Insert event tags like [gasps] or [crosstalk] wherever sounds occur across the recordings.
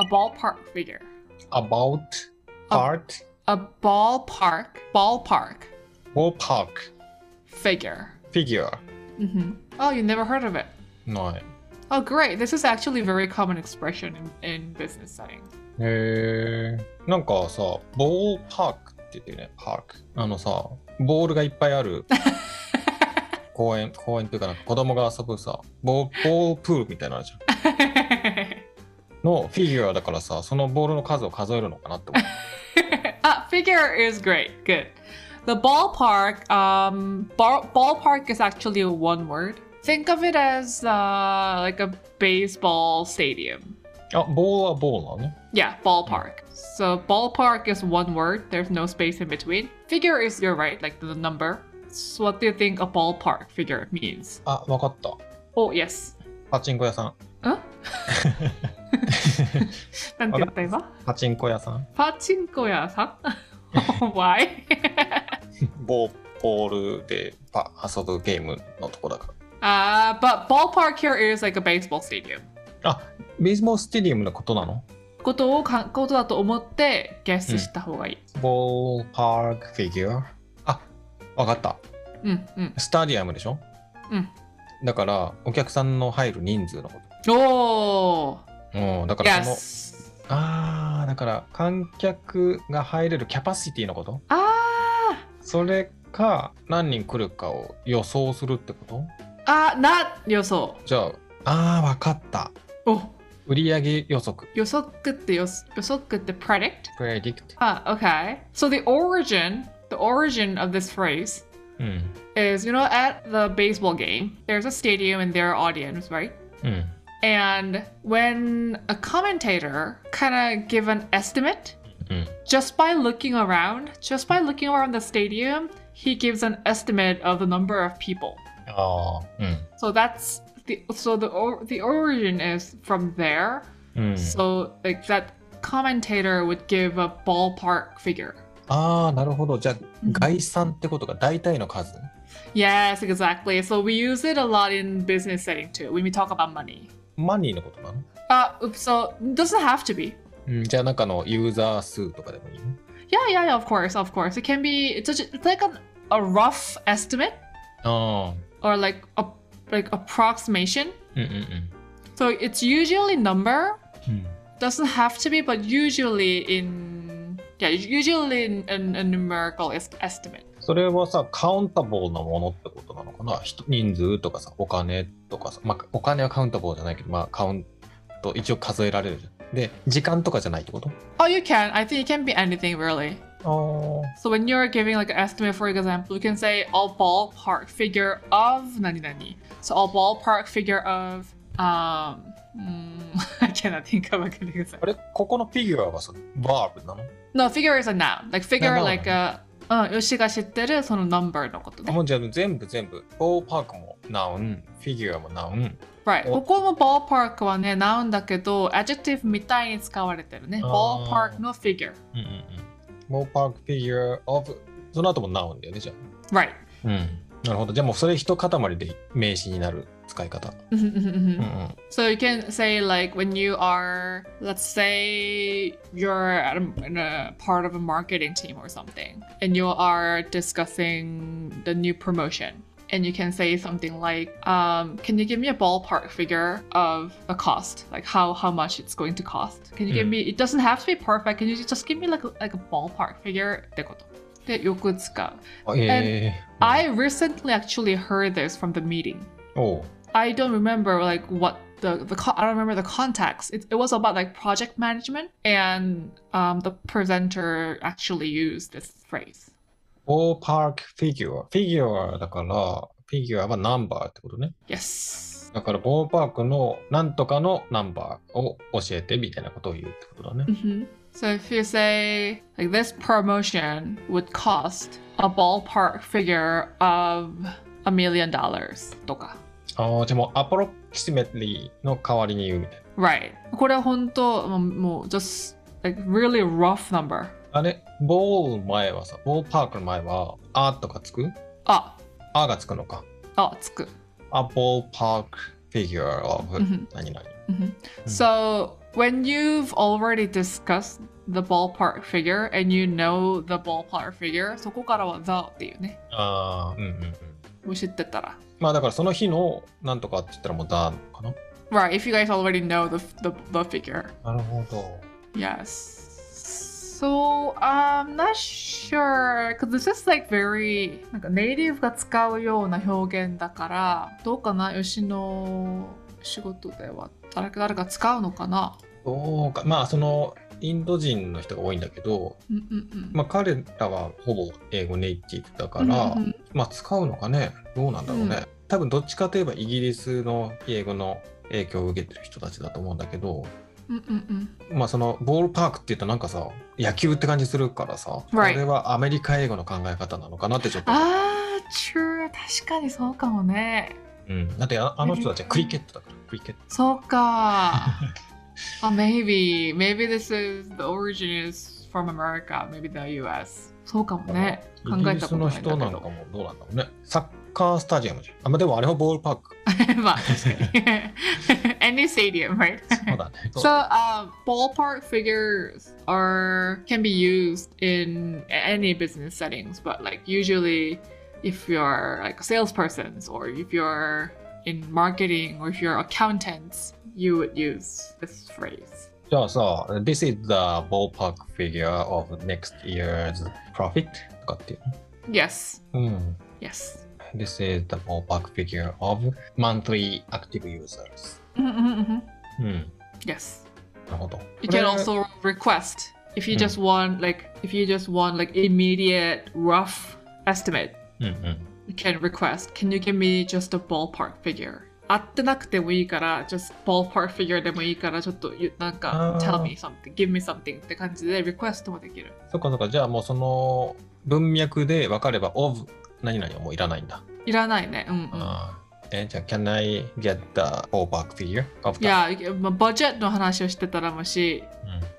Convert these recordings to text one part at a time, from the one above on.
a ballpark figure. about art A ballpark, ballpark ballpark figure. figure hmm Oh, you never heard of it. ない。 Oh, great. This is actually a very common expression in, in business setting. [laughs] へえ。なんかさ、ボールパークって言ってるね、パーク。あのさ、ボールがいっぱいあ [laughs] る公園、公園っていうかなんか子供が遊ぶさ、ボーボールプールみたいなのあるじゃん。のフィギュアだからさ、そのボールの数を数えるのかなって思う。 ah, figure is great. Good. The ballpark, um, ball, ballpark is actually one word. Think of it as uh, like a baseball stadium. あ、ボールはボールなのね。 Yeah, ballpark. So ballpark is one word. There's no space in between. Figure is you're right, like the number. So what do you think a ballpark figure means? あ、わかった。 Oh yes. パチンコ屋 [laughs] さん。 Huh? パチンコ屋さなん。んて言った今パチンコ屋さん [laughs] Why? ボーボールでパ遊ぶゲームのとこだから。 Uh, but ballpark here is like a baseball stadium. あ、ベースボールスタディウムのことなのことをかことだと思ってゲスした方がいい。ボールパークフィギュア。あ、わかった。うん、うん、スタディアムでしょうん。だから、お客さんの入る人数のこおーと。うん、だからその、Oh, !Yes! ああ、だから、観客が入れるキャパシティのことあそれか、何人来るかを予想するってことーあ、な、予想。じゃあ、ああ、わかった。お売上予測。予測って予予測って predict? predict。 Ah, okay. So the origin, the origin of this phrase うん。 is, you know, at the baseball game, there's a stadium and there are audience, right? うん。 And when a commentator kind of give an estimate, うん。 just by looking around, just by looking around the stadium, he gives an estimate of the number of people. ああ、う So that's the so the or, the origin is from there. ん。うん、 So like that commentator would give a ballpark figure. ああ、なるほど。じゃあ、うん概算ってことが大体の数。 Yes, exactly. So we use it a lot in business setting too when we talk about money. マニーのことなの、 Uh, oops, so it doesn't have to be. うん、じゃあ、なんかのユーザー数とかでもいいの Yeah, yeah, yeah. Of course, of course. It can be. It's, just, it's like a, a rough estimate ああ。 or like a like approximation. うんうんうん。 So it's usually number うん、 doesn't have to be, but usually in yeah, usually in, in a numerical es- estimate. それはさカウンタボーなものってことなのかな人人数とかさお金とかさ、まあ、お金はカウンタボーじゃないけど、まあ、カウント一応数えられるじゃんで時間とかじゃないってこと Oh, you can. I think it can be anything really. あ So when you're giving like an estimate, for example, you can say a ballpark figure of nani nani. So a ballpark figure of um. mm, [laughs] I cannot think of a good example. あれここのフィギュアはさバーブなの No, figure is a noun. Like figure, Noun. like a. うん、よしが知ってるその number あもうじゃあ全部全部ボールパークもナウンフィギュアもナウン Right. おここも ballpark はね、ナウンだけど、adjective みたいに使われてるね。あー ballpark の figure。うんうんうんボールパークフィギュアオブその後もナウンだよねじゃ Right. [laughs] あうんなるほどじゃあもうそれ一塊で名詞になる使い方うんうんうんうんうんうん so you can say like when you are, let's say you're at a, in a part of a marketing team or something, and you are discussing the new promotion. And you can say something like, um, "Can you give me a ballpark figure of a cost? Like how how much it's going to cost? Can you give Mm. me? It doesn't have to be perfect. Can you just give me like a- like a ballpark figure?" ってこと。でよく使う。あええ I recently actually heard this from the meeting. おう I don't remember like what the, the co- I don't remember the context. It, it was about like project management, and um, the presenter actually used this phrase. ボーパークフィギュア。フィギュアだから、フィギュアはナンバーってことね。 Yes. だから、ボーパークのなんとかのナンバーを教えてみたいなことを言うってことだね。 hmm So if you say like this promotion would cost a ballpark figure of a million dollars, とか。ああ、でも、アプロキシメリーの代わりに言うみたいな。 Right. これ本当もう just like really rough number. あれ、ボール前はさ、ボーパークの前は、あとかつく Ah, あがつくのか。あ、あ、つく。あ、ボーパークフィギュア of うん何々。 So when you've already discussed the ballpark figure and you know the ballpark figure そこからは the っていうねああ、うんうんうん。もう知ってたらまあだからその日のなんとかって言ったらもうだかな。 right if you guys already know the, the, the figure なるほど。 Yes. So I'm not sure because this is like very なんかネイティブが使うような表現だからどうかな吉野仕事では誰か誰か使うのかな。どうか、まあそのインド人の人が多いんだけど、うんうんうん。まあ彼らはほぼ英語ネイティブだから、うんうんまあ使うのかね、どうなんだろうね。うん多分どっちかといえばイギリスの英語の影響を受けてる人たちだと思うんだけど、うんうんまあそのボールパークっていうとなんかさ野球って感じするからさ、 Right. これはアメリカ英語の考え方なのかなってちょっと、ああ、true 確かにそうかもね。うん、だってああの人たちはクリケットだからクリケットそう [laughs] か。あ、maybe maybe this is the origin is from America, maybe the U.S. そうかもね。考イギえリたスことのないんだけど人なんかもどうなんだろうねサッカースタジアムじゃんあまあでもあれはボールパー [laughs] クまあ確かに。Any [laughs] stadium, right? そうだね So, um, ballpark figures are can be used in any business settings, but like usually, if you're like a salesperson or if you're in marketing or if you're accountants, you would use this phrase. じゃあさ This is the ballpark figure of next year's profit とかっていう Yes, うん yes. This is the ballpark figure of monthly active users Mhm, mhm. うん Yes. なるほど You can これ also request if you Hmm. just want like if you just want like immediate rough estimate. うんうん You can request, can you give me just a ballpark figure? 合ってなくてもいいから、just ballpark figure でもいいから、ちょっとゆなんかあ、ー tell me something, give me something って感じで、リクエストもできる。そっかそっかじゃあもうその文脈で分かれば of 何々はもういらないんだ、いらないね。うんうん。ああえじゃあ Can I get the ballpark figure of the いや、まあバジェットの話をしてたらもし、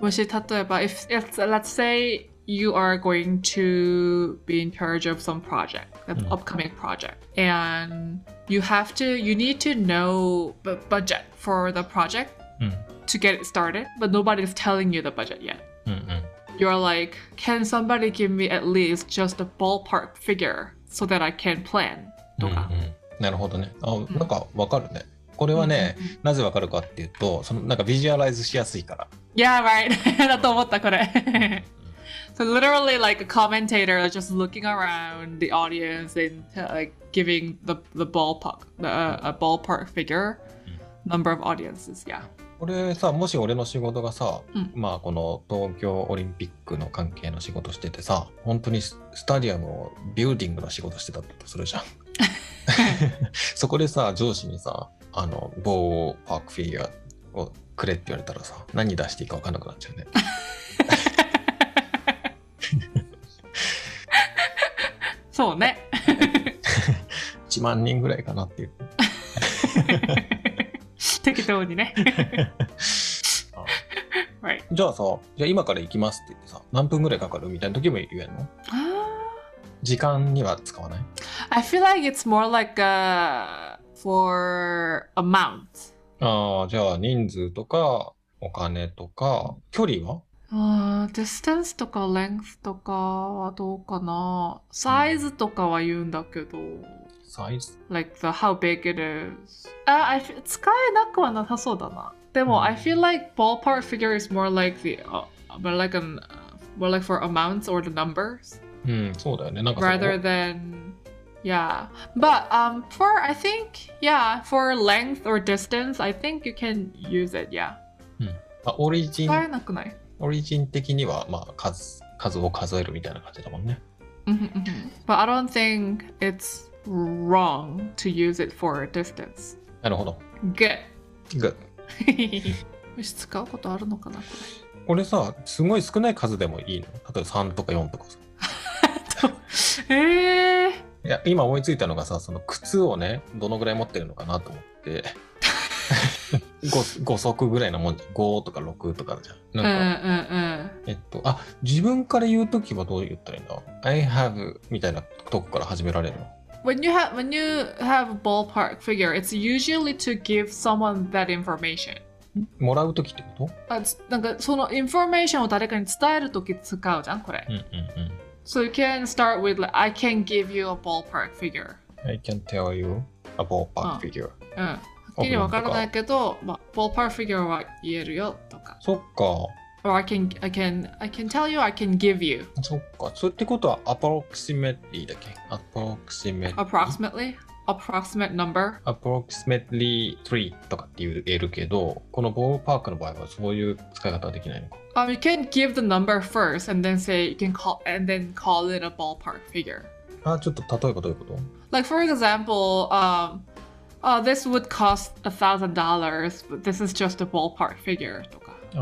もし例えば、if, if, let's say you are going to be in charge of some project, an うん upcoming project, and you have to, you need to know the budget for the project うんうん to get it started, but nobody's telling you the budget yet. うんうん You're like, can somebody give me at least just a ballpark figure so that I can plan? とかうんうんなるほどねあんなんか分かるねこれはね、なぜ分かるかっていうとそのなんかビジュアライズしやすいから Yeah, right. [laughs] だと思った、これ。so literally like a commentator just looking around the audience and uh, like giving the the ballpark the, uh, a ballpark figure number of audiences. Yeah. これさもし俺の仕事がさ、うんまあこの東京オリンピックの関係の仕事しててさ本当にススタディアムをビューディングの仕事してたとす [laughs] るじゃんそこでさ上司にさあの棒をパークフィギュアをくれって言われたらさ何出していいか分かんなくなっちゃうね So [laughs] 1万人ぐらいかなっていう right. じゃあさじゃあ今から行きますって言ってさ何分ぐらいかかるみたいな時も言えるの Ah. 時間には使わない [gasps] I feel like it's more like uh for amount. ああ、じゃあ人数とか、お金とか、距離はあー Uh, distance とか length とかはどうかなサイズとかは言うんだけど、サイズ like the how big it is あ Uh, I feel- 使えなくはなさそうだなでも、うん I feel like ballpark figure is more like the、uh, more like an more like for amounts or the numbers うん、そうだよね。なんかそこ rather than yeah but um for I think yeah for length or distance I think you can use it yeah あオリジン使、えなくないオリジン的には、まあ、数、数を数えるみたいな感じだもんね。 Mhm, mhm. But I don't think it's wrong to use it for a distance. なるほど。 [laughs] Good. ぐよし使うことあるのかなここれさ、すごい少ない数でもいいの例えば3とか4とかさ。れ。えー、いや、今思いついたのがさ、その靴をね、どのぐらい持ってるのかなと [laughs] 思って。5, 5足ぐらいなもんじゃん。5とか6とかじゃん。うなんんか、uh, うんえっと、あ、自分から言うときはどう言ったらいいんだ ?I have みたいなとこから始められるの。うん。When you have when you have a ballpark figure, it's usually to give someone that information. もらう時ってことあつなんかそのインフォメーションを誰かに伝えるとき使うじゃんこれう。んうんうん。 So you can start with like, I can give you a ballpark figure. Uh, I can tell you あ a ballpark figure. うん。はっきりわからないけど、まあ、ballpark figure は言えるよとか。そっか。 Or I can, I can, I can tell you, I can give you そっか。それってことは approximately だっけ ?approximately。 approximately, approximate number. approximately 3とかって言えるけど、このボールパークの場合はそういう使い方はできないのか。 Um, you can give the number first and then say you can call and then call it a ballpark figure. あ、ちょっと例えばどういうこと Like for example, um, uh, this would cost a thousand dollars, but this is just a ballpark figure とか。あ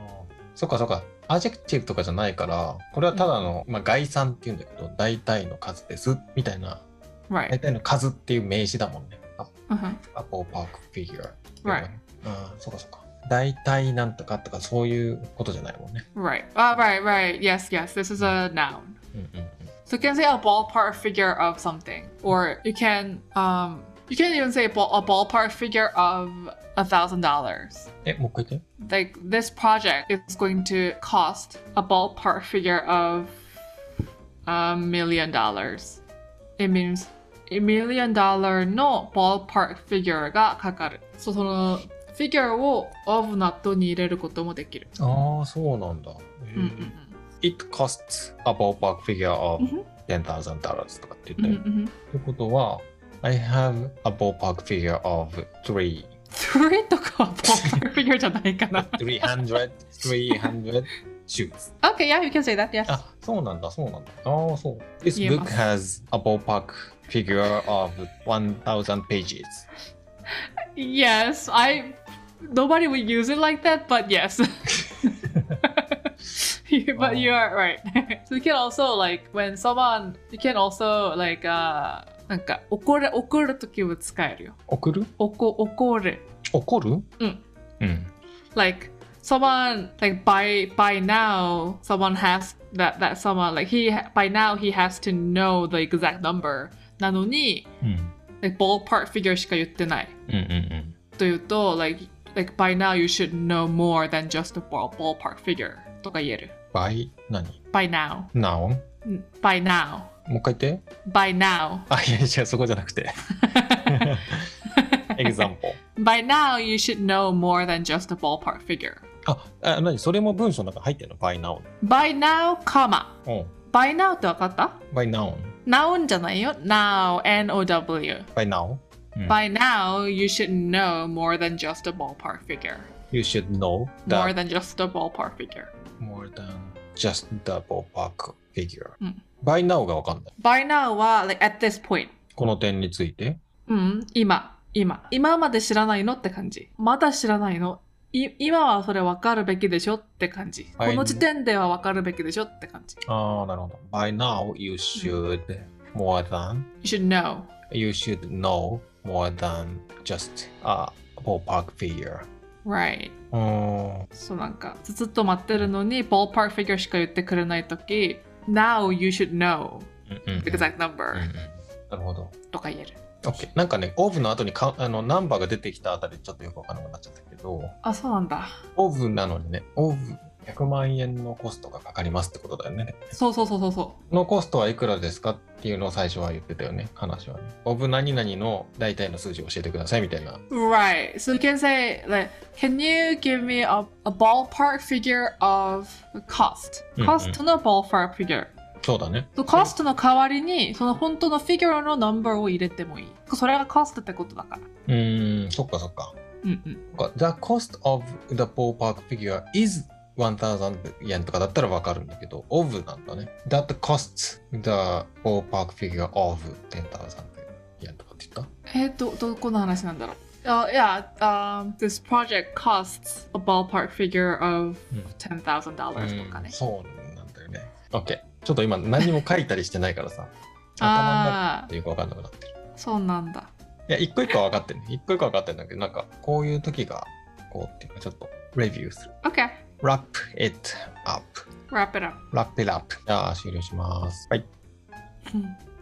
あ。そっかそっか。アジェクティブとかじゃないから、これはただの、まあ、概算っていうんだけど、大体の数です、みたいな、大 Right. 体の数っていう名詞だもんね。あ Uh-huh. アポーパークフィギュア。 Right. ああ、そうかそうか。大体なんとかとかそういうことじゃないもんね。 Right. Uh, right, right. Yes, yes. This is a noun. うんうんうん。 So you can say a ballpark figure of something, or you can um you can even say a, ball, a ballpark figure of a thousand dollars. え、もう一回言って。 Like this project is going to cost a ballpark figure of a million dollars. It means a million dollar の ballpark figure がかかる。So, その figure を of などに入れることもできる。Mm-hmm. ああ、そうなんだ。うんうん It costs a ballpark figure of うんうん10,000 dollars とかってうん言うっんた [laughs] よ。うん。ってことは、I have a ballpark figure of three. 3とかはポーカーフィギュアじゃないか [laughs] な。 300 300 [laughs] shoes. okay, yeah, you can say that, yes. あ、そうなんだ、そうなんだ。ああ、そう。This 言え book ます has a ballpark figure of 1,000 pages. Yes, I. Nobody would use it like that, but yes. [laughs] You- but you are right. [laughs] so you can also, like, when someone, you can also, like, uh, なんか怒る怒るときは使えるよ。送る怒怒る。怒るうん。うん。 like someone like by by now someone has that that someone like he by now he has to know the exact number なのにうん。 like ballpark figure しか言ってないうんうんというと like like by now you should know more than just the ball, ballpark figure とか言えるうん。by 何 by now ?noun? ん by now もう一回言って。 by now [laughs] あ、いやいや、そこじゃなくて。example. by now you should know more than just the ballpark figure あ、あ何それも文章の中入ってんの ?by noun. by now かまうん。 by now って分かった by noun. noun じゃないよ now n-o-w by now. Mm. By now, you should know more than just a ballpark figure. You should know More that than just a ballpark figure. more than just the ballpark figure. うん by now がわかんない。 By now は、like, at this point. この点について。うん、今、今。今まで知らないのって感じ。まだ知らないのい今はそれ分かるべきでしょって感じ。はいこの時点では分かるべきでしょって感じ。ああ、なるほど。by now you should more than You should know. you should know more than just a ballpark figure. Right. うーん。そうなんか、ずっと待ってるのに、ballpark figure しか言ってくれないとき、Now you should know うんうんうん the exact うんうん number なるほど。とか言える。 OK。なんかね、オーブの後にかあのナンバーが出てきたあたりちょっとよくわからなくなっちゃったけど、あ、そうなんだ。オーブなのにね、オーブ100万円のコストがかかりますってことだよね。そうそうそうそうそう。のコストはいくらですかっていうのを最初は言ってたよね、話はね。オーブ何々の大体の数字を教えてくださいみたいな。 Right. So you can say like, can you give me a, a ballpark figure of the cost? うんうん Cost の ballpark figure. そうだね。 So cost の代わりにその本当の figure の number を入れてもいい。それが cost ってことだから。うーん、そっかそっか。うんうん。そっか The cost of the ballpark figure is 1000円とかだったらわかるんだけど、of なんだね。That costs the ballpark figure of 10,000円とかって言ったえっとどこの話なんだろう。Uh, yeah, um, this project costs a ballpark figure of 10,000 dollars とかうねん。そうなんだよね。OK。ちょっと今何も書いたりしてないから [laughs] さ、頭の中ああっていうかわかんなくなってる。ー、そうなんだ。いや、一個一個は分かってるね。一個一個は分かってるんだけど、なんかこういう時が、こうっていうかちょっとレビューする。 Okay, wrap it up。 wrap it up. wrap it up。じゃあ終了します。はい。うん